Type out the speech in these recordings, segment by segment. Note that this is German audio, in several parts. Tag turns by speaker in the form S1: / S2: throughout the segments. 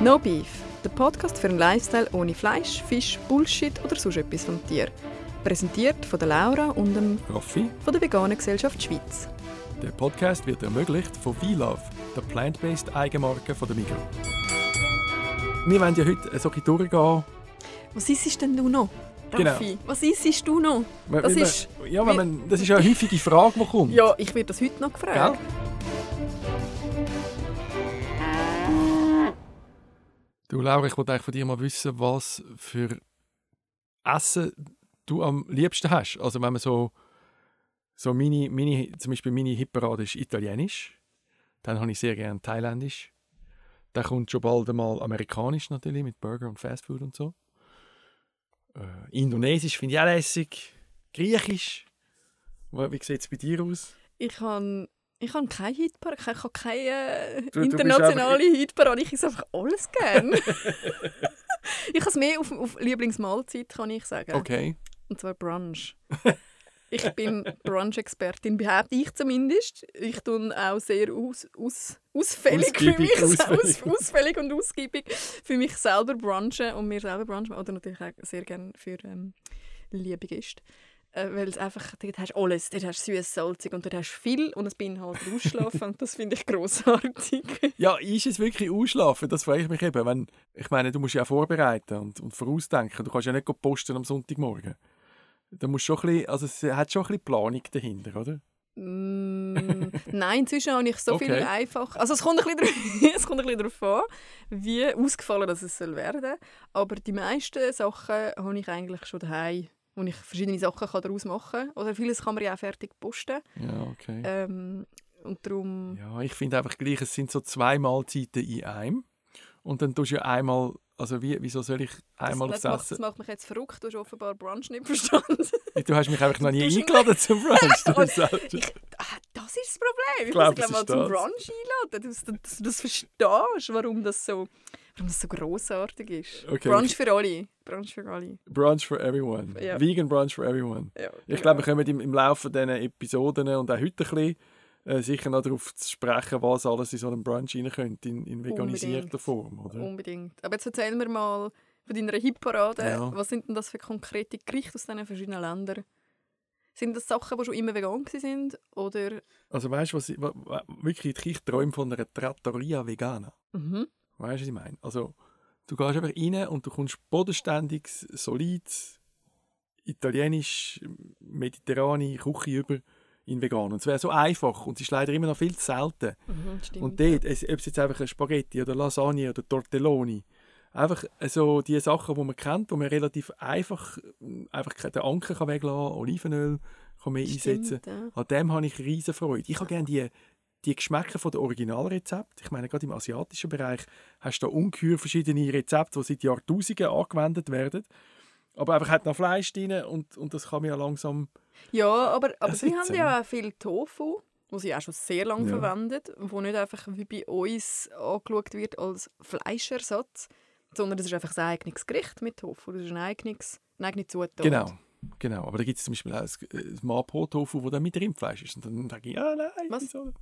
S1: No Beef, der Podcast für einen Lifestyle ohne Fleisch, Fisch, Bullshit oder sonst etwas vom Tier. Präsentiert von der Laura und dem
S2: Raffi,
S1: von der Veganen Gesellschaft Schweiz.
S2: der Podcast wird ermöglicht von V-Love, der plant-based Eigenmarke von der Migros. Wir wollen ja heute so ein bisschen durchgehen.
S1: Was isst denn du noch?
S2: Genau.
S1: Raffi, was isst du noch?
S2: Wenn-
S1: Das
S2: wenn man-
S1: ist-
S2: ja, wenn man, das ist ja eine häufige Frage, die kommt.
S1: Ja, ich werde das heute noch gefragt.
S2: Gell? Du, Laura, ich wollte eigentlich von dir mal wissen, was für Essen du am liebsten hast. Also wenn man so, so meine, meine, zum Beispiel meine Hitparade ist italienisch, dann habe ich sehr gerne thailändisch. Dann kommt schon bald einmal amerikanisch natürlich, mit Burger und Fastfood und so. Äh, Indonesisch finde ich auch lässig. Griechisch. Wa- Wie sieht es bei dir aus?
S1: Ich habe ich habe keine Hitparade, ich habe keine äh,
S2: Du- du bist
S1: internationale Hitparade. Ich esse einfach alles gerne. ich habe es mehr auf, auf Lieblingsmahlzeit, kann ich sagen.
S2: Okay.
S1: Und zwar Brunch. Ich bin Brunch-Expertin, behaupte ich zumindest. Ich tue auch sehr aus, aus, ausfällig
S2: Ausgiebig,
S1: für mich
S2: ausfällig.
S1: Aus, ausfällig und ausgiebig für mich selber brunchen und mir selber brunchen. Oder natürlich auch sehr gerne für ähm, liebe Gäste. Äh, weil es einfach, dort hast du alles. Dort hast du süß, salzig und dort hast du viel und es beinhaltet Ausschlafen und das finde ich grossartig.
S2: Ja, ist es wirklich ausschlafen? Das frage ich mich eben. Wenn, ich meine, du musst ja auch vorbereiten und, und vorausdenken. Du kannst ja nicht go posten am Sonntagmorgen. Da musst schon ein bisschen, also es hat schon ein bisschen Planung dahinter, oder?
S1: Mm, nein, inzwischen habe ich so viel
S2: Okay.
S1: einfach. Also es kommt ein bisschen darauf, es kommt ein bisschen darauf an, wie ausgefallen das es soll werden soll. Aber die meisten Sachen habe ich eigentlich schon daheim, wo ich verschiedene Sachen kann daraus machen kann. Oder vieles kann man ja auch fertig posten.
S2: Ja, okay.
S1: Ähm, und darum...
S2: Ja, ich finde einfach gleich, es sind so zwei Mahlzeiten in einem. Und dann tust du ja einmal, also wie, wieso soll ich einmal
S1: das,
S2: aufs
S1: das, macht, das
S2: Essen?
S1: macht mich jetzt verrückt, du hast offenbar Brunch nicht verstanden.
S2: Du hast mich einfach noch nie
S1: tust immer-
S2: eingeladen zum Brunch.
S1: Und
S2: Das ist-
S1: Ich, ah, das ist das Problem. Ich,
S2: glaub,
S1: muss
S2: das
S1: glaube mal
S2: ist
S1: zum
S2: das.
S1: Brunch einladen, dass du, dass du das verstehst, warum das so, warum das so grossartig ist.
S2: Okay.
S1: Brunch für alle. Brunch für alle.
S2: brunch for everyone.
S1: Ja.
S2: Vegan brunch for everyone.
S1: Ja,
S2: Ich
S1: genau.
S2: glaube, wir kommen im, im Laufe dieser Episoden und auch heute ein bisschen äh, sicher noch darauf zu sprechen, was alles in so einem Brunch rein könnte, in, in veganisierter
S1: Unbedingt.
S2: Form. Oder?
S1: Unbedingt. Aber jetzt erzähl mir mal von deiner Hitparade.
S2: Ja.
S1: Was sind denn das für konkrete Gerichte aus diesen verschiedenen Ländern? Sind das Sachen, die schon immer vegan waren? Oder...
S2: Also weißt du, was ich, wa- wa- wirklich, ich träume von einer Trattoria Vegana.
S1: Mhm.
S2: Weißt du, was ich meine? Also, du gehst einfach rein und du kommst bodenständiges, solides, italienisch, mediterrane Küche über in vegan. Und es wäre so einfach und es ist leider immer noch viel zu selten.
S1: Mhm, stimmt.
S2: Und dort, es, ob es jetzt einfach ein Spaghetti oder Lasagne oder Tortelloni, einfach so die Sachen, die man kennt, die man relativ einfach, einfach den Anker kann weglassen kann, Olivenöl kann man einsetzen.
S1: Stimmt, ja.
S2: An dem habe ich riesen Freude. Ich habe gerne die, die Geschmäcker von der Originalrezept. Ich meine, gerade im asiatischen Bereich hast du da ungeheuer verschiedene Rezepte, die seit Jahrtausenden angewendet werden. Aber einfach hat noch Fleisch drin und, und das kann man ja langsam...
S1: Ja, aber, aber
S2: Das
S1: sie
S2: jetzt,
S1: haben ja auch viel Tofu, wo sie auch schon sehr lange
S2: Ja.
S1: verwendet, wo nicht einfach wie bei uns angeschaut wird als Fleischersatz, sondern das ist einfach ein eigenes Gericht mit Tofu, das ist ein eigenes, eine eigene Zutat.
S2: Genau. Genau, aber da gibt es zum Beispiel auch ein, ein Mapo-Tofu, das dann mit Rindfleisch ist. Und dann denke ich, ah nein,
S1: Was? Oh.
S2: wieso nicht?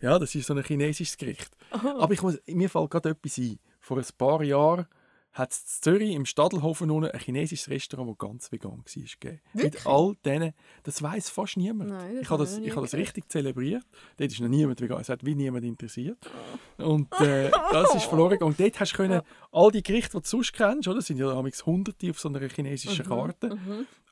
S2: Ja, das ist so ein chinesisches Gericht.
S1: Aha.
S2: Aber ich muss, mir fällt gerade etwas ein. Vor ein paar Jahren hat es in Zürich im Stadelhofen unten ein chinesisches Restaurant, das ganz vegan war. gegeben.
S1: Wirklich?
S2: Mit all diesen, das weiß fast niemand.
S1: Nein, das
S2: ich habe
S1: habe ich
S2: das,
S1: noch nie
S2: ich habe das
S1: gehört.
S2: richtig zelebriert. Dort ist noch niemand vegan, es hat wie niemand interessiert.
S1: Oh.
S2: Und äh, das ist verloren gegangen. Und dort hast du können, all die Gerichte, die du sonst kennst, oder, sind ja damals hunderte auf so einer
S1: Mhm,
S2: chinesischen Karte,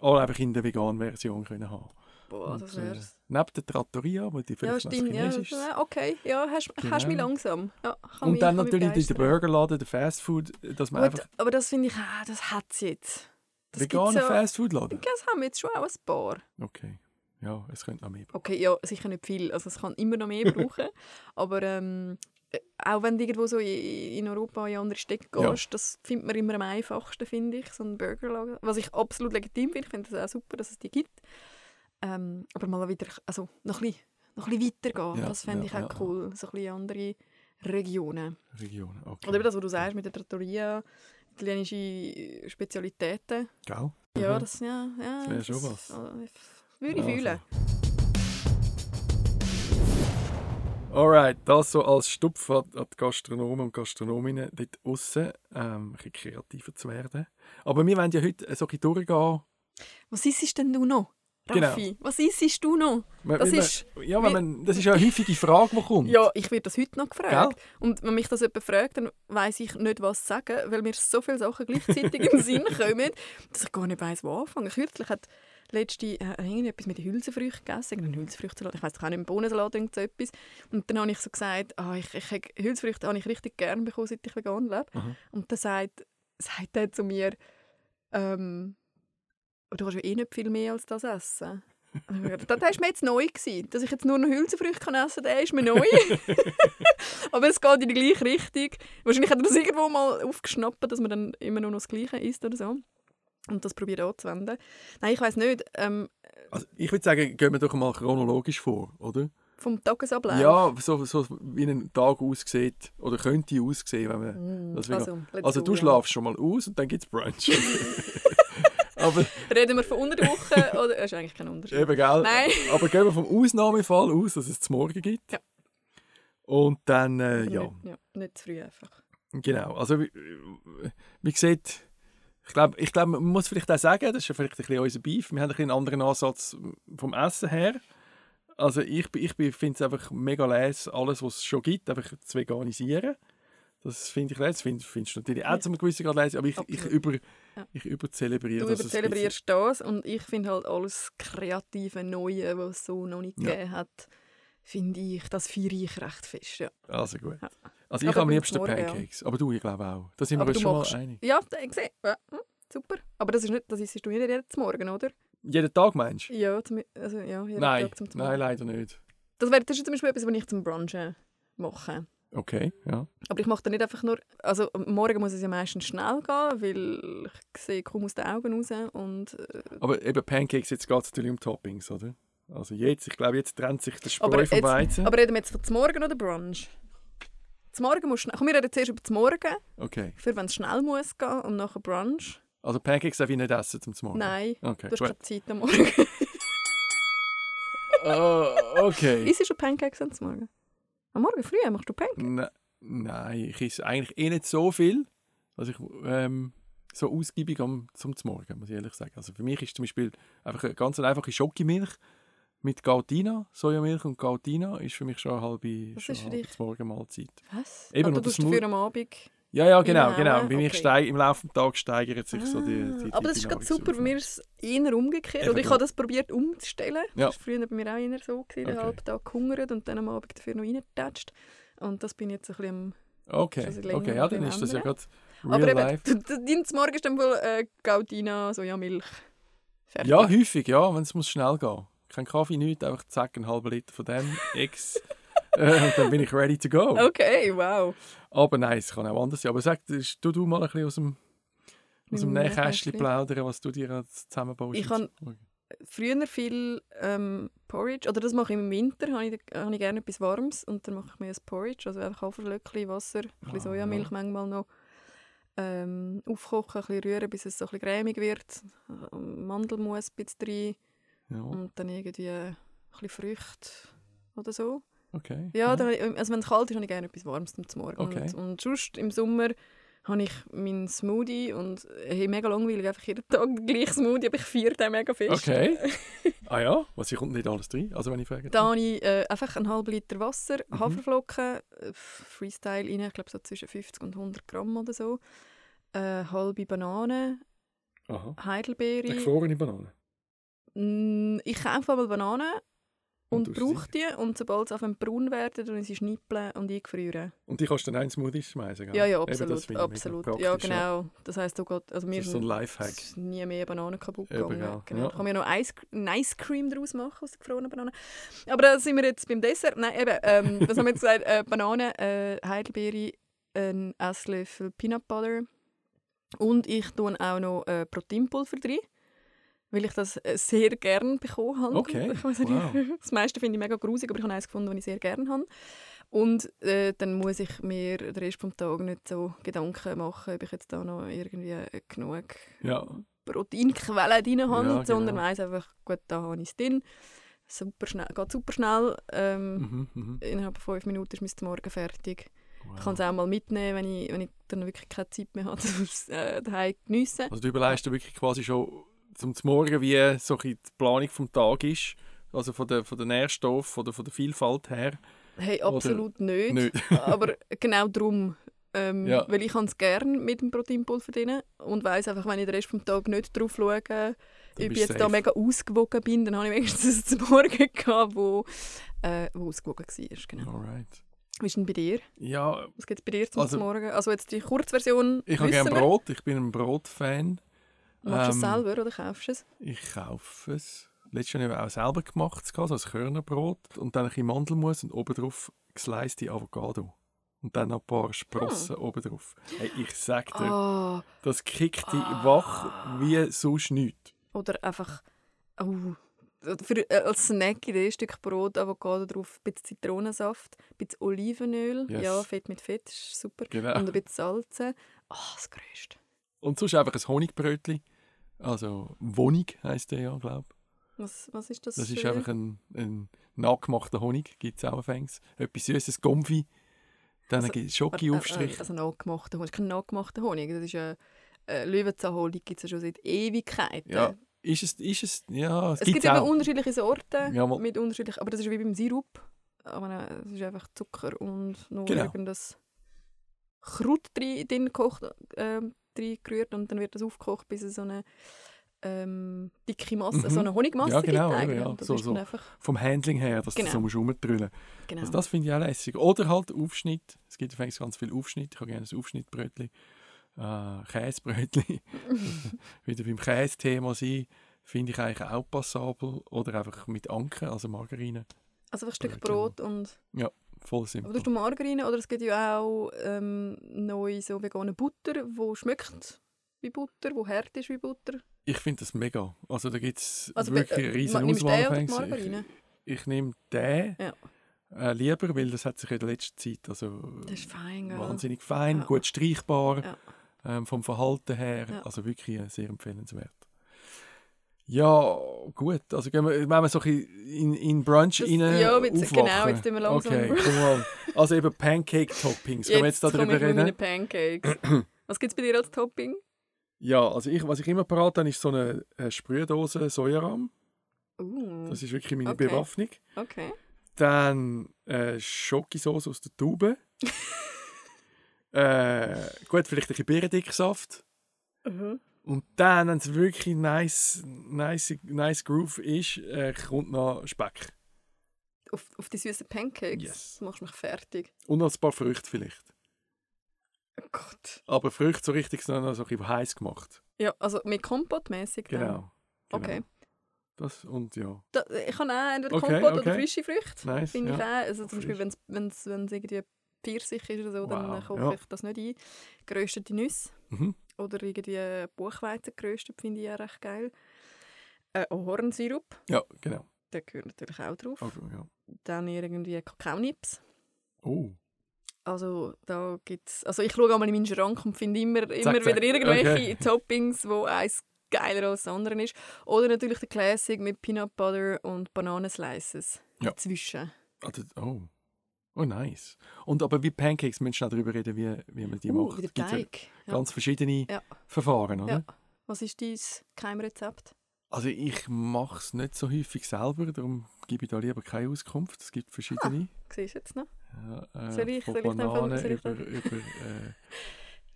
S2: alle einfach in der veganen Version können haben.
S1: Boah, Oh, das
S2: äh,
S1: wär's.
S2: neben der Trattoria, wo die
S1: Ja,
S2: vielleicht noch
S1: stimmt. Ja,
S2: chinesisch
S1: das- okay, ja, hast, hast mich
S2: Genau.
S1: langsam. Ja, kann
S2: Und
S1: mich-
S2: dann
S1: kann mich
S2: natürlich der
S1: begeistern.
S2: Burgerladen, der Fastfood, dass man einfach
S1: Gut, aber das finde ich, ah, das hat es jetzt. Das gibt's
S2: Veganer
S1: ja-
S2: Fastfood-Laden?
S1: Das haben wir jetzt schon auch ein paar.
S2: Okay. Ja, es könnte noch mehr brauchen.
S1: Okay, ja, sicher nicht viel. Also es kann immer noch mehr brauchen. Aber ähm, äh, auch wenn du irgendwo so i- in Europa in andere Städte
S2: Ja.
S1: gehst, das findet man immer am einfachsten, finde ich, so einen Burgerladen. Was ich absolut legitim finde. Ich finde das auch super, dass es die gibt. Ähm, aber mal wieder, also noch ein bisschen, noch ein bisschen weitergehen,
S2: Ja,
S1: das fände
S2: ja,
S1: ich auch
S2: ja, ja.
S1: cool. So ein bisschen andere Regionen.
S2: Regionen. Okay.
S1: Oder eben das, was du sagst mit der Trattoria, italienische äh, Spezialitäten.
S2: Gell?
S1: Ja,
S2: Mhm. Also.
S1: das, ja, ja,
S2: Das wär schon was.
S1: äh, Würde ich
S2: Ja,
S1: fühlen.
S2: Alright, das so als Stupf an, an die Gastronomen und Gastronominnen dort aussen, ähm, ein bisschen kreativer zu werden. Aber wir wollen ja heute so ein bisschen durchgehen.
S1: Was isst denn du noch?
S2: Genau.
S1: Raffi, was isst du noch?
S2: Wir-
S1: Das
S2: wir-
S1: ist-
S2: ja, wenn man, das ist ja eine häufige Frage, die kommt.
S1: Ja, ich werde das heute noch gefragt. Und wenn mich das jemand fragt, dann weiß ich nicht, was zu sagen, weil mir so viele Sachen gleichzeitig im Sinn kommen, dass ich gar nicht weiß, wo anfangen. Kürzlich hat letzte äh, irgendetwas mit Hülsenfrüchten gegessen, irgendeinen Hülsenfrüchtsalat, ich weiß auch nicht, Bohnensalat, irgend so etwas. Und dann habe ich so gesagt, ah, ich, ich, hab- Hülsenfrüchte habe ich richtig gern bekommen, seit ich vegan lebe.
S2: Mhm.
S1: Und dann sagt, sagt er zu mir, ähm, du kannst ja eh nicht viel mehr als das essen. Und ich habe gedacht, Das war mir jetzt neu. Gewesen. Dass ich jetzt nur noch Hülsenfrüchte kann essen kann, ist mir neu. Aber es geht in die gleiche Richtung. Wahrscheinlich hat er das irgendwo mal aufgeschnappt, dass man dann immer nur noch das Gleiche isst oder so. Und das probiert anzuwenden. Nein, ich weiß nicht. Ähm,
S2: Also, ich würde sagen, gehen wir doch mal chronologisch vor, oder?
S1: vom Tagesablauf.
S2: Ja, so, so wie ein Tag aussieht oder könnte aussehen, wenn man...
S1: Mm,
S2: Das will
S1: also, let's
S2: Also
S1: go,
S2: du
S1: ja.
S2: schlafst schon mal aus und dann gibt es Brunch. Aber
S1: Reden wir von unter der Woche? oder? Das ist eigentlich kein Unterschied.
S2: eben, gell?
S1: Nein.
S2: Aber gehen wir vom Ausnahmefall aus, dass es zum Morgen gibt.
S1: Ja.
S2: Und dann, äh, ja,
S1: Nicht, ja. Nicht zu früh einfach.
S2: genau. Also wie, wie gesagt, ich glaube, ich glaub, man muss vielleicht auch sagen, das ist ja vielleicht ein bisschen unser Beef, wir haben ein bisschen einen anderen Ansatz vom Essen her. Also ich, bin- ich finde es einfach mega leise, alles, was es schon gibt, einfach zu veganisieren. Das finde ich leise, das find, findest du natürlich auch
S1: Ja.
S2: zum gewissen Grad leise, aber ich, ich,
S1: Absolut.
S2: über,
S1: Ja.
S2: ich überzelebriere
S1: Du
S2: dass es ein bisschen-
S1: überzelebrierst das und ich finde halt alles kreative Neue, was es so noch nicht
S2: Ja.
S1: gegeben hat, finde ich, das feiere ich recht fest. Ja,
S2: Also gut.
S1: Ja.
S2: Also ich
S1: Aber
S2: am
S1: beim
S2: liebsten
S1: Morgen, ja.
S2: Pancakes. Aber du, ich glaube auch. Da sind wir
S1: Aber
S2: uns
S1: du
S2: schon
S1: machst-
S2: mal einig.
S1: ja da- ich sehe. Ja, hm, super. Aber das ist nicht, das isst du nicht jeden Morgen, oder?
S2: Jeden Tag meinst du?
S1: Ja, zum, also, ja jeden
S2: Nein,
S1: Tag zum zum
S2: nein, leider nicht.
S1: Das wäre das ist zum Beispiel etwas, was ich zum Brunchen mache.
S2: Okay, ja.
S1: Aber ich mache dann nicht einfach nur, also am morgen muss es ja meistens schnell gehen, weil ich sehe kaum aus den Augen raus und äh,
S2: Aber eben Pancakes, jetzt geht es natürlich um Toppings, oder? Also jetzt, ich glaube, jetzt trennt sich der Spreu
S1: Aber
S2: vom
S1: jetzt-
S2: Weizen.
S1: aber reden wir jetzt von zum Morgen oder Brunch? Zum Morgen musst du schnell, komm, wir reden zuerst über zum Morgen.
S2: Okay.
S1: Für wenn es schnell muss gehen und nachher Brunch.
S2: Also Pancakes darf ich nicht essen zum Morgen? e-
S1: Nein,
S2: Okay,
S1: du hast
S2: gut.
S1: keine Zeit am Morgen.
S2: Oh, okay.
S1: Isst du schon Pancakes am Morgen? Am Morgen früh machst du Pancakes?
S2: Na, Ne, nein, ich esse eigentlich eh nicht so viel, also ich ähm, so ausgiebig am, zum Morgen, muss ich ehrlich sagen. Also für mich ist zum Beispiel einfach eine ganz einfache Schokimilch mit Gautina, Sojamilch und Gautina ist für mich schon eine halbe,
S1: Was
S2: schon
S1: ist für
S2: eine halbe
S1: dich?
S2: Morgenmahlzeit.
S1: Was?
S2: Eben,
S1: Eben,
S2: und
S1: du
S2: das
S1: tust dafür am Abend.
S2: Ja, nou, ja, genau,
S1: Genau,
S2: genau.
S1: ja,
S2: Bei mir
S1: okay.
S2: steig, im Laufe des Tages steigert sich so die, die,
S1: Ah,
S2: die
S1: aber das ist
S2: die
S1: gerade super, bei mir
S2: Nahrungsaufnahme.
S1: ist es eher umgekehrt.
S2: Eben
S1: Oder ich
S2: drum.
S1: habe das probiert umzustellen.
S2: Ja.
S1: Das war früher bei mir auch eher so, gewesen, den
S2: Okay.
S1: halben Tag gehungert und dann am Abend dafür noch reingetatscht. Und das bin ich jetzt ein bisschen am... ist das
S2: Okay,
S1: länger
S2: okay, ja, dann
S1: beim
S2: ist das ja
S1: anderen.
S2: gerade real
S1: aber
S2: life.
S1: eben, d- d- dein Morgen ist dann wohl äh, Gautina, Sojamilch. Fertig.
S2: Ja, häufig, ja, wenn es muss schnell gehen. Kein Kaffee, nichts, einfach zack, einen halben Liter von dem, X. äh, und dann bin ich ready to go.
S1: Oh. Okay, wow.
S2: Aber nein, es kann auch anders sein. Aber sag, du du du mal ein bisschen aus dem, aus dem
S1: Meinem
S2: Nähkästchen
S1: Nähkästchen.
S2: plaudern, was du dir jetzt zusammenbaust.
S1: Ich kann- früher viel ähm, Porridge, oder das mache ich im Winter, habe ich, habe ich gerne etwas Warmes und dann mache ich mir ein Porridge, also einfach Haferflöckchen, Wasser, ein bisschen
S2: Ah,
S1: Sojamilch
S2: ja.
S1: manchmal noch ähm, aufkochen, ein bisschen rühren, bis es so ein bisschen cremig wird, Äh, Mandelmus ein bisschen rein
S2: Ja,
S1: und dann irgendwie ein bisschen Früchte oder so.
S2: okay.
S1: Ja, dann, habe ich- also wenn es kalt ist, habe ich gerne etwas Warmes zum Morgen.
S2: Mhm. Okay.
S1: Und, und sonst im Sommer habe ich meinen Smoothie und äh, hey, mega langweilig, einfach jeden Tag den gleichen Smoothie, aber ich feiere den mega fest.
S2: Okay. Ah ja, was hier kommt nicht alles rein? Also wenn ich frage.
S1: Da habe ich äh, einfach einen halben Liter Wasser,
S2: Mhm.
S1: Haferflocken, äh, Freestyle rein, ich glaube so zwischen 50 und 100 Gramm oder so. Äh, halbe Banane,
S2: Aha. Eine
S1: Heidelbeere.
S2: gefrorene Banane.
S1: Mm, Ich kaufe einmal Bananen und,
S2: Und tust
S1: brauche die. Und sobald sie auf braun werden, tue ich sie schnippeln und eingefrieren.
S2: Und die kannst du dann einen Smoothie schmeißen, gell?
S1: Ja, ja,
S2: Eben, das
S1: absolut.
S2: finde ich mega
S1: absolut.
S2: praktisch,
S1: Ja, genau. Das heisst, du geht, also
S2: Das
S1: mir
S2: ist so ein
S1: sind
S2: Lifehack.
S1: es ist nie mehr Bananen kaputt
S2: Eben,
S1: gegangen.
S2: gell.
S1: Genau.
S2: Ja.
S1: Da kann man ja noch Eis, eine Ice Cream daraus machen aus der gefrorenen Banane. Aber da sind wir jetzt beim Dessert. Nein, eben, ähm, was haben wir jetzt gesagt? Äh, Banane, äh, Heidelbeere, ein Esslöffel Peanut Butter und ich tue auch noch äh, Proteinpulver rein. Weil ich das äh, sehr gern bekommen habe.
S2: Okay,
S1: Ich weiss nicht,
S2: wow.
S1: Das meiste finde ich mega grusig, aber ich habe eins gefunden, das ich sehr gerne habe. Und äh, dann muss ich mir den Rest des Tages nicht so Gedanken machen, ob ich jetzt da noch irgendwie äh, genug
S2: Ja,
S1: Proteinquellen drin habe,
S2: Ja,
S1: sondern
S2: genau.
S1: weiss einfach, gut, da habe ich es drin. super schnell, geht super schnell. Ähm,
S2: Mhm, mhm.
S1: Innerhalb von fünf Minuten ist mein Morgen fertig.
S2: Wow.
S1: Ich kann es auch mal mitnehmen, wenn ich, wenn ich dann wirklich keine Zeit mehr habe, fürs äh, daheim geniessen.
S2: Also du überlegst dir wirklich quasi schon zum Morgen, wie eh, so ein bisschen die Planung vom Tag ist, also von der, von der Nährstoff oder von der Vielfalt her.
S1: Hey, absolut nicht.
S2: Nicht.
S1: Aber genau darum. Ähm,
S2: Ja.
S1: Weil ich kann es gerne mit dem Proteinpulver drin und weiß einfach, wenn ich den Rest des Tages nicht drauf schaue, ob ich
S2: bist
S1: jetzt da
S2: safe.
S1: mega ausgewogen bin, dann habe ich wenigstens zum Morgen gehabt, wo, äh, wo ausgewogen war. Genau.
S2: Alright.
S1: Wie ist denn bei dir?
S2: Ja,
S1: Was gibt es bei dir zum
S2: Also-
S1: Morgen? Also jetzt die Kurzversion
S2: ich habe
S1: wissen
S2: gerne
S1: wir.
S2: Brot, ich bin ein Brotfan.
S1: Machst du es
S2: Ähm,
S1: selber oder kaufst du es?
S2: Ich kaufe es. Letztes Jahr habe ich auch selber gemacht, so als Körnerbrot. Und dann ein bisschen Mandelmus und obendrauf gesleiste Avocado. Und dann noch ein paar Sprossen obendrauf. Hey, ich sag dir,
S1: Hm. Ah,
S2: das kickt dich wach wie sonst nichts.
S1: oder einfach... Oh, für, äh, als Snack in ein Stück Brot, Avocado drauf, ein bisschen Zitronensaft, ein bisschen Olivenöl.
S2: Yes.
S1: Ja, Fett mit Fett, ist super.
S2: Genau.
S1: Und ein bisschen Salze. Ah, das Größte.
S2: Und sonst einfach ein Honigbrötli. Also Wonig heisst der ja, glaube ich.
S1: Was, was ist das?
S2: Das ist
S1: für-
S2: einfach ein, ein nachgemachter Honig, gibt es auch fängs. Etwas Süßes, Gomfi. Dann
S1: Also,
S2: gibt es
S1: Aber, äh, äh,
S2: Schoki-Aufstrich.
S1: Also nachgemachter Honig. Das ist kein nachgemachter Honig. Das ist äh, äh, Löwenzahnhonig gibt es ja schon seit Ewigkeiten.
S2: Ja, ist es, ist es, ja, es,
S1: äh, Es
S2: gibt's
S1: gibt eben
S2: auch.
S1: unterschiedliche Sorten.
S2: Jawohl.
S1: mit unterschiedlichen, aber das ist wie beim Sirup. Aber äh, es ist einfach Zucker und noch
S2: Genau.
S1: irgendwas Kraut drin, drin gekocht, ähm, drin gerührt und dann wird das aufgekocht, bis es so eine ähm, dicke Masse,
S2: Mhm.
S1: so eine Honigmasse
S2: Ja, genau,
S1: gibt.
S2: eben,
S1: eigentlich.
S2: ja.
S1: Und Das
S2: So,
S1: ist dann
S2: so.
S1: einfach,
S2: Vom Handling her, dass du
S1: Genau.
S2: so musst rumdrüllen
S1: genau.
S2: Also das finde ich auch lässig. Oder halt Aufschnitt. Es gibt übrigens ganz viel Aufschnitt. Ich habe gerne ein Aufschnittbrötli. Äh, Käsebrötli. Wieder beim Käsethema sein. Finde ich eigentlich auch passabel. Oder einfach mit Anken, also Margarine.
S1: also einfach ein Stück
S2: Brötchen.
S1: Brot und
S2: Voll
S1: aber
S2: simpel.
S1: du hast Margarine oder es gibt ja auch ähm, neue so vegane Butter, die schmeckt wie Butter, die hart ist wie Butter.
S2: Ich finde das mega. Also da gibt es
S1: Also be-
S2: wirklich
S1: äh,
S2: eine riesen
S1: ma- nimmst du den
S2: Auswahl.
S1: oder die
S2: fängst.
S1: Margarine?
S2: Ich, ich nehme den
S1: Ja.
S2: äh, lieber, weil das hat sich in der letzten Zeit also
S1: Das ist fein, gell?
S2: wahnsinnig fein,
S1: Ja.
S2: gut streichbar,
S1: Ja.
S2: ähm, vom Verhalten her.
S1: Ja.
S2: Also wirklich äh, sehr empfehlenswert. Ja, gut. Also gehen wir, wenn wir so ein bisschen in, in Brunch
S1: Das-
S2: rein
S1: ja, jetzt-
S2: aufwachen.
S1: genau, jetzt tun wir langsam-
S2: Okay, komm mal. Also eben Pancake-Toppings. Können wir jetzt
S1: komme
S2: darüber
S1: ich mit
S2: reden?
S1: meinen Pancakes. Was gibt es bei dir als Topping?
S2: Ja, also ich, was ich immer parat habe, ist so eine, eine Sprühdose Sojarahm.
S1: Uh,
S2: Das ist wirklich meine
S1: Okay.
S2: Bewaffnung.
S1: okay.
S2: Dann äh, Schokisauce aus der Tube. äh, gut, vielleicht ein bisschen Birnendicksaft.
S1: uh-huh.
S2: Und dann, wenn es wirklich nice, nice, nice Groove ist, äh, kommt noch Speck.
S1: Auf, auf die süßen Pancakes?
S2: Yes.
S1: Das macht mich fertig.
S2: Und noch ein paar Früchte vielleicht.
S1: Oh Gott.
S2: Aber Früchte so richtig sind noch so ein bisschen heiß gemacht.
S1: Ja, also mit Kompott-mässig. dann.
S2: Genau. genau.
S1: Okay.
S2: Das und ja.
S1: Da, ich kann auch entweder
S2: Okay,
S1: Kompott oder
S2: okay.
S1: frische Früchte.
S2: Nice,
S1: Finde ich
S2: ja.
S1: auch. Also zum Beispiel, wenn es wenn's, wenn's irgendwie Pfirsich ist oder so, dann
S2: Wow,
S1: äh, koche
S2: ja.
S1: ich das nicht ein. Geröstete Nüsse
S2: Mhm.
S1: oder irgendwie Buchweizen geröstet finde ich auch recht geil. Äh, Ahornsirup,
S2: Ja, genau.
S1: der gehört natürlich auch drauf.
S2: Okay, ja.
S1: Dann irgendwie Kakaonips.
S2: Oh.
S1: Also da gibt's, also ich schaue einmal in meinen Schrank und finde immer, immer
S2: zack.
S1: wieder irgendwelche
S2: Okay.
S1: Toppings, wo eins geiler als das andere ist. Oder natürlich der Classic mit Peanut Butter und Bananenslices
S2: Ja.
S1: dazwischen.
S2: Ah, das- oh. Oh, nice. Und aber wie Pancakes, müssen wir auch darüber reden, wie, wie man die
S1: Uh,
S2: macht.
S1: wieder
S2: Gibt's ja
S1: Teig. Ja.
S2: Ganz verschiedene
S1: Ja.
S2: Verfahren, oder?
S1: Ja. Was ist dein Keimrezept?
S2: Also ich mache es nicht so häufig selber, darum gebe ich da lieber keine Auskunft. Es gibt verschiedene.
S1: Siehst du jetzt noch?
S2: Ja, äh,
S1: Soll ich-
S2: von
S1: soll ich dann-
S2: Bananen
S1: soll ich
S2: über,
S1: dann-
S2: über, äh,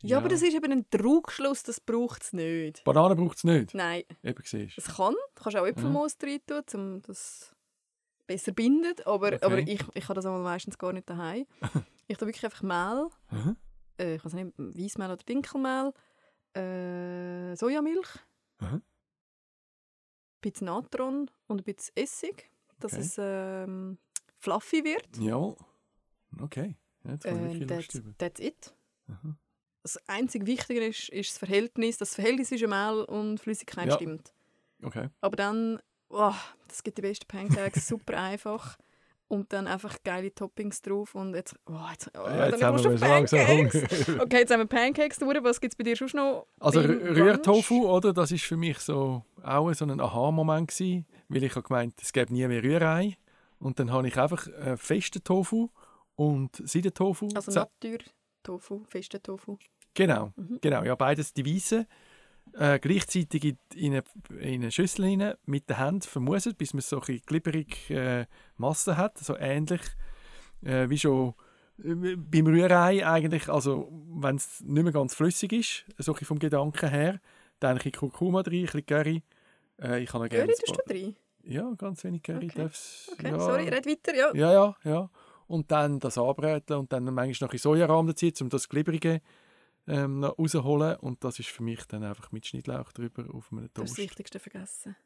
S1: Ja, aber das ist eben ein Trugschluss, das braucht es nicht.
S2: Bananen braucht es nicht,
S1: Nein,
S2: eben siehst.
S1: es kann. Du kannst auch Äpfelmus
S2: Mhm.
S1: rein tun, um das besser bindet. Aber,
S2: Okay.
S1: aber ich, ich habe das einmal meistens gar nicht daheim. ich tue wirklich einfach Mehl.
S2: Aha.
S1: äh, ich weiß nicht, Weissmehl oder Dinkelmehl, äh, Sojamilch,
S2: Aha.
S1: ein bisschen Natron und ein bisschen Essig, dass
S2: Okay.
S1: es ähm, fluffy wird.
S2: Ja, okay. Ja, Jetzt kommt
S1: Äh,
S2: wirklich Lust
S1: that's,
S2: über.
S1: that's it.
S2: Aha.
S1: Das einzige Wichtige ist, ist das Verhältnis, das Verhältnis zwischen Mehl und Flüssigkeit
S2: Ja.
S1: stimmt.
S2: Okay.
S1: Aber dann, wow, das gibt die besten Pancakes, super einfach. Und dann einfach geile Toppings drauf und jetzt, oh, jetzt, oh,
S2: Ja,
S1: dann kommst du auf Pancakes.
S2: Hunger.
S1: Okay, jetzt haben wir Pancakes durch. Was gibt es bei dir schon noch?
S2: Also
S1: beim
S2: Rü-
S1: Brunch?
S2: Rührtofu, oder? Das ist für mich so auch so ein Aha-Moment gewesen. weil ich habe gemeint, es gäbe nie mehr Rührei. Und dann habe ich einfach äh, festen Tofu und Seidentofu.
S1: Also
S2: zusammen-
S1: Natur-Tofu, festen Tofu.
S2: Genau,
S1: Mhm.
S2: genau. Ja, beides die Weisse. Äh, gleichzeitig in, in, eine, in eine Schüssel rein, mit der Hand vermuset, bis man so ein bisschen glibberig äh, Masse hat. So ähnlich äh, wie schon äh, beim Rührei eigentlich. Also, wenn es nicht mehr ganz flüssig ist, so ein bisschen vom Gedanken her, dann ein bisschen Kurkuma drin, ein bisschen Curry. Äh, ich habe noch gerne
S1: Göri,
S2: ein
S1: tust
S2: paar-
S1: du rein?
S2: Ja, ganz wenig Curry.
S1: Okay.
S2: darf's-
S1: Okay,
S2: ja.
S1: sorry, red weiter, ja.
S2: Ja, ja, ja. Und dann das anbräteln und dann manchmal noch ein Sojarahm dazu, um das Glibberige ähm, noch rauszuholen. Und das ist für mich dann einfach mit Schnittlauch drüber auf einem
S1: Du hast das
S2: Toast.
S1: Wichtigste vergessen.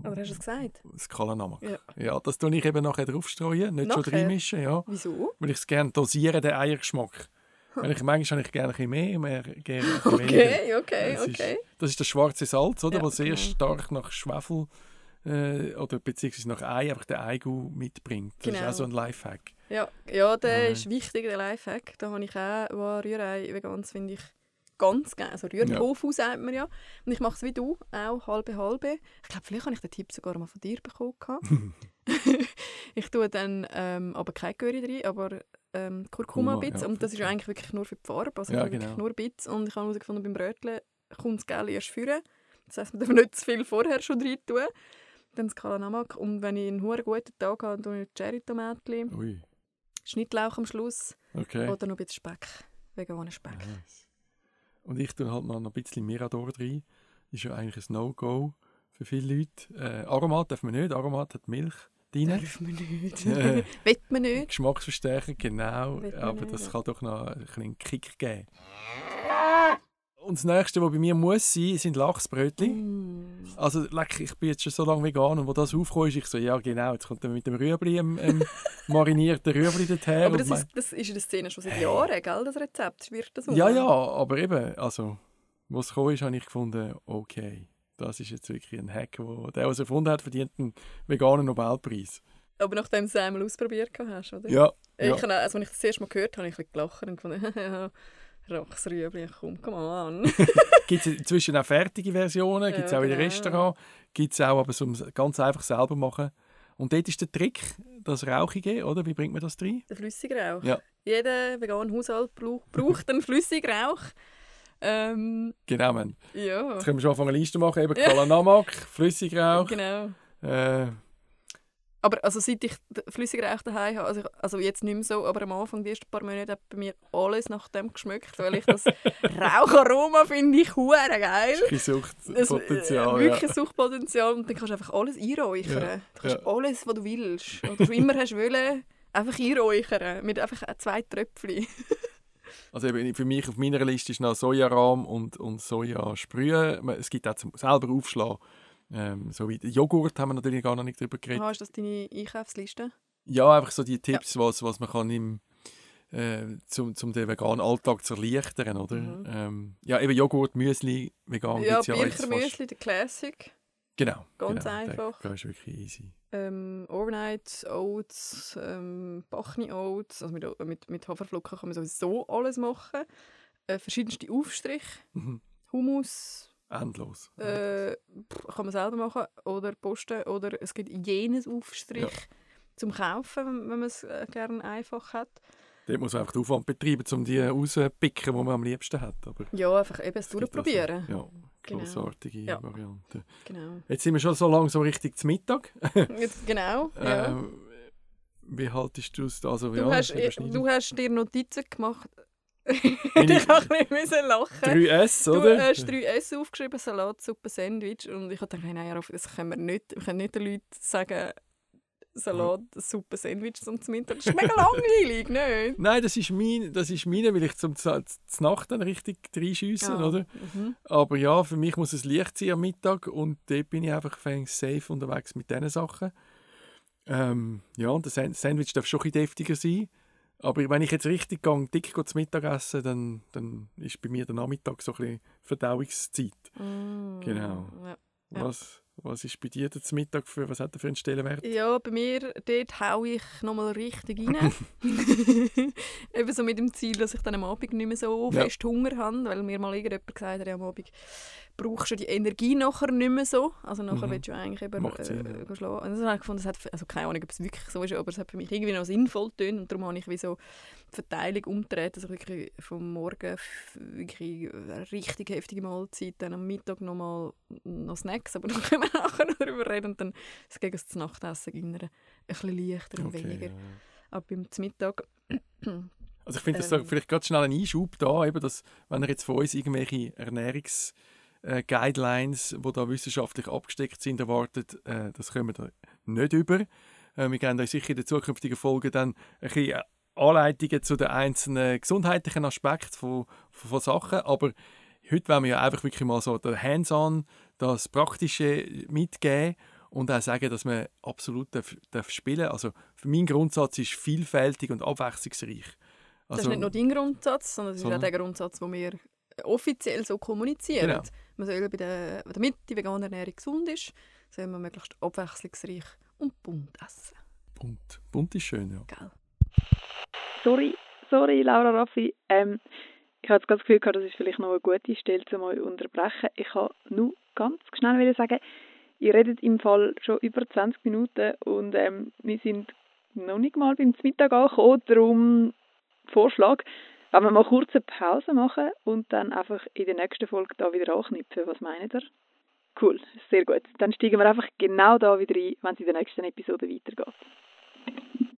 S1: Oder hast du es gesagt?
S2: Das Kalanamak.
S1: Ja.
S2: Ja. das tue ich eben nachher draufstreuen, nicht schon
S1: Nachher?
S2: reinmischen. Ja.
S1: Wieso?
S2: Weil ich es gerne dosiere, den Eiergeschmack. Weil ich, manchmal habe ich gerne ein bisschen mehr, mehr gerne ein bisschen weniger.
S1: Okay, okay,
S2: Das ist-
S1: okay.
S2: Das ist das schwarze Salz, oder?
S1: Ja,
S2: was sehr
S1: genau.
S2: stark nach Schwefel äh, oder beziehungsweise nach Ei einfach den Eigu mitbringt. Das ist
S1: Genau.
S2: auch so ein Lifehack.
S1: Ja, ja der
S2: Nein.
S1: ist wichtig, der Lifehack. Da habe ich auch wow, Rührei vegans, finde ich ganz gerne. Also Rührtofu sagt man ja. Und ich mache es wie du, auch halbe halbe. Ich glaube, vielleicht habe ich den Tipp sogar mal von dir bekommen. gehabt. ich tue dann ähm, aber kein Curry rein, aber ähm, Kurkuma ein
S2: Kurkuma,
S1: bisschen.
S2: ja,
S1: Und das ist ja
S2: Kurkuma.
S1: eigentlich wirklich nur für die Farbe. Also
S2: Ja,
S1: ich tue wirklich
S2: genau.
S1: nur ein bisschen. Und ich habe herausgefunden, beim Brötchen kommt das Gel erst führen. Das heisst, man darf nicht zu viel vorher schon rein tun. Dann das Kalanamak. Und wenn ich einen verdammt guten Tag habe, tue ich Cherry-Tomatchen.
S2: Ui,
S1: Schnittlauch am Schluss
S2: okay.
S1: oder noch ein bisschen Speck. Veganer Speck.
S2: Nice. Und ich tue halt noch ein bisschen Mirador rein. Ist ja eigentlich ein No-Go für viele Leute. Äh, Aromat darf man nicht, Aromat hat Milch drin.
S1: Dürfen wir nicht.
S2: Äh.
S1: Wett man nicht.
S2: Geschmacksverstärker, genau.
S1: Wird man
S2: Aber
S1: nicht,
S2: das
S1: ja.
S2: kann doch noch einen kleinen Kick geben. Und das nächste, was bei mir muss sein, sind Lachsbrötchen.
S1: Mm.
S2: Also, leck, ich bin jetzt schon so lange vegan und wo das aufkommt, ist ich so, ja genau, jetzt kommt er mit dem Rüebli, ähm, ähm, marinierten Rüebli dorthin.
S1: Aber
S2: und
S1: das
S2: mein-
S1: ist, das ist in der Szene schon seit Jahren, gell, das Rezept. Schwirrt das um?
S2: Äh. ja, ja, aber eben, also, wo es gekommen ist, habe ich gefunden, okay, das ist jetzt wirklich ein Hack, wo der, der es erfunden hat, verdient einen veganen Nobelpreis.
S1: Aber nachdem du es einmal ausprobiert hast, oder?
S2: Ja,
S1: Ich
S2: ja.
S1: habe, auch- also, als ich das erste Mal gehört habe, habe ich ein bisschen gelacht und gefunden, Rachsrüebli, komm, komm an.
S2: Gibt es inzwischen auch fertige Versionen,
S1: Ja,
S2: gibt es auch in den
S1: genau.
S2: Restaurants, gibt es auch, aber um es ganz einfach selber machen. Und dort ist der Trick, das Rauchige, oder? Wie bringt man das rein?
S1: Der Flüssigrauch.
S2: Ja.
S1: Jeder vegane Haushalt brauch- braucht einen Flüssigrauch. Ähm,
S2: Genau, man.
S1: ja,
S2: Jetzt können wir schon anfangen, eine Liste machen, eben
S1: Ja.
S2: Kalanamak, Flüssigrauch,
S1: genau.
S2: äh,
S1: Aber also seit ich d- Flüssigrauch daheim habe, also, ich, also jetzt nicht mehr so, aber am Anfang, die ersten paar Monate, hat bei mir alles nach dem geschmeckt, weil ich das Raucharoma finde ich hure geil.
S2: Ein bisschen
S1: Das,
S2: Suchtpotenzial.
S1: äh,
S2: ja.
S1: wirklich ein Suchtpotenzial und dann kannst du einfach alles einräuchern.
S2: Ja,
S1: Du kannst
S2: ja.
S1: alles, was du willst, oder was du immer hast wollen, einfach einräuchern mit einfach äh, zwei Tröpfchen.
S2: Also eben, für mich auf meiner Liste ist noch Sojarahm und, und Sojasprühe. Es gibt auch zum selber aufschlagen. Ähm, so wie Joghurt haben wir natürlich gar noch nicht drüber geredet.
S1: Aha, ist das deine Einkaufsliste?
S2: Ja, einfach so die Tipps, was, was man kann im, äh, zum, zum den veganen Alltag zu erleichtern, oder?
S1: Mhm.
S2: Ähm, ja, eben Joghurt, Müsli, vegan
S1: ja,
S2: gibt's ja jetzt fast.
S1: Birchermüsli, der Classic.
S2: Genau.
S1: Ganz
S2: genau, der-
S1: einfach.
S2: Der ist wirklich easy.
S1: Ähm, Overnight Oats, ähm, Bachni Oats, also mit, mit, mit Haferflocken kann man sowieso alles machen. Äh, verschiedenste Aufstriche,
S2: Mhm.
S1: Hummus
S2: Endlos.
S1: äh, pff, kann man selber machen oder posten oder es gibt jenes Aufstrich zum Kaufen, wenn, wenn man es äh, gerne einfach hat.
S2: Dort muss man einfach den Aufwand betreiben, um die rauszupicken, die man am liebsten hat. Aber
S1: Ja, einfach eben es
S2: es gibt
S1: durchprobieren. Genau.
S2: Also, ja, grossartige
S1: Ja.
S2: Variante.
S1: Genau.
S2: Jetzt sind wir schon so lange so richtig zum Mittag.
S1: Jetzt- genau, ja.
S2: Ähm, wie haltest du es? Also,
S1: Du,
S2: ja,
S1: hast,
S2: das überschneidet.
S1: du hast dir Notizen gemacht.
S2: Meine
S1: ich habe ein bisschen lachen.
S2: 3S,
S1: Du
S2: oder?
S1: hast drei S aufgeschrieben, Salat, Suppe, Sandwich. Und ich dachte, nein, Rolf, das können wir nicht. Wir können nicht den Leuten sagen, Salat, Suppe, Sandwich zum Mittag. Das ist mega langweilig, nicht?
S2: Nein, das ist meine, das ist meine weil ich zum Z- z- Nacht dann richtig reinschiessen,
S1: Ja.
S2: oder?
S1: Mhm.
S2: Aber ja, für mich muss es leicht sein am Mittag und dort bin ich einfach fäng safe unterwegs mit diesen Sachen. Ähm, ja, und das San- Sandwich darf schon ein bisschen deftiger sein. Aber wenn ich jetzt richtig gang dick gehe zum Mittag essen, dann, dann ist bei mir der Nachmittag so ein bisschen Verdauungszeit.
S1: Mm,
S2: Genau.
S1: Ja.
S2: Was, Was ist bei dir zum Mittag für, was hat er für einen Stellenwert?
S1: Ja, bei mir, dort hau ich nochmal richtig rein. Eben so mit dem Ziel, dass ich dann am Abend nicht mehr so
S2: Ja.
S1: fest Hunger habe, weil mir mal irgendjemand gesagt hat, ja, am Abend brauchst du die Energie nachher nicht mehr so. Also nachher
S2: Mhm.
S1: willst du eigentlich eben
S2: Macht Sinn,
S1: äh, gehen schlafen. Und das habe ich gefunden, es hat, also keine Ahnung, ob es wirklich so ist, aber es hat für mich irgendwie noch sinnvoll getönt und darum habe ich wie so die Verteilung umgedreht, dass ich wirklich vom Morgen f- wirklich eine richtig heftige Mahlzeit, dann am Mittag nochmal noch Snacks, aber da können wir nachher noch drüber reden und dann es gegen das Nachtessen ging ein bisschen leichter und weniger.
S2: ja, ja.
S1: Aber beim Mittag
S2: Also ich finde das so,
S1: Ähm.
S2: vielleicht gerade schnell ein Einschub da, eben, dass wenn ihr jetzt von uns irgendwelche Ernährungs äh, Guidelines, die da wissenschaftlich abgesteckt sind, erwartet, äh, das kommen wir da nicht über. Äh, wir geben euch sicher in den zukünftigen Folgen dann ein bisschen Anleitungen zu den einzelnen gesundheitlichen Aspekten von, von, von Sachen, aber heute wollen wir ja einfach wirklich mal so der Hands-on, das Praktische mitgeben und auch sagen, dass man absolut darf, darf spielen darf. Also mein Grundsatz ist vielfältig und abwechslungsreich.
S1: Das
S2: Also-
S1: ist nicht nur dein Grundsatz, sondern das ist auch
S2: Sondern?
S1: der Grundsatz, den wir offiziell so kommunizieren.
S2: Genau.
S1: Man soll bei der, damit die vegane Ernährung gesund ist, soll man möglichst abwechslungsreich und bunt essen.
S2: Bunt. Bunt ist schön, ja.
S1: Gell?
S3: Sorry, sorry, Laura Raffi. Ähm, ich habe jetzt gerade das Gefühl gehabt, das ist vielleicht noch eine gute Stelle, um euch zu unterbrechen. Ich kann nur ganz schnell wieder sagen, ihr redet im Fall schon über 20 Minuten und ähm, wir sind noch nicht mal beim Mittag angekommen. Darum Vorschlag, wenn wir mal kurz eine Pause machen und dann einfach in der nächsten Folge da wieder anknüpfen. Was meint ihr? Cool, sehr gut. Dann steigen wir einfach genau da wieder ein, wenn es in der nächsten Episode weitergeht.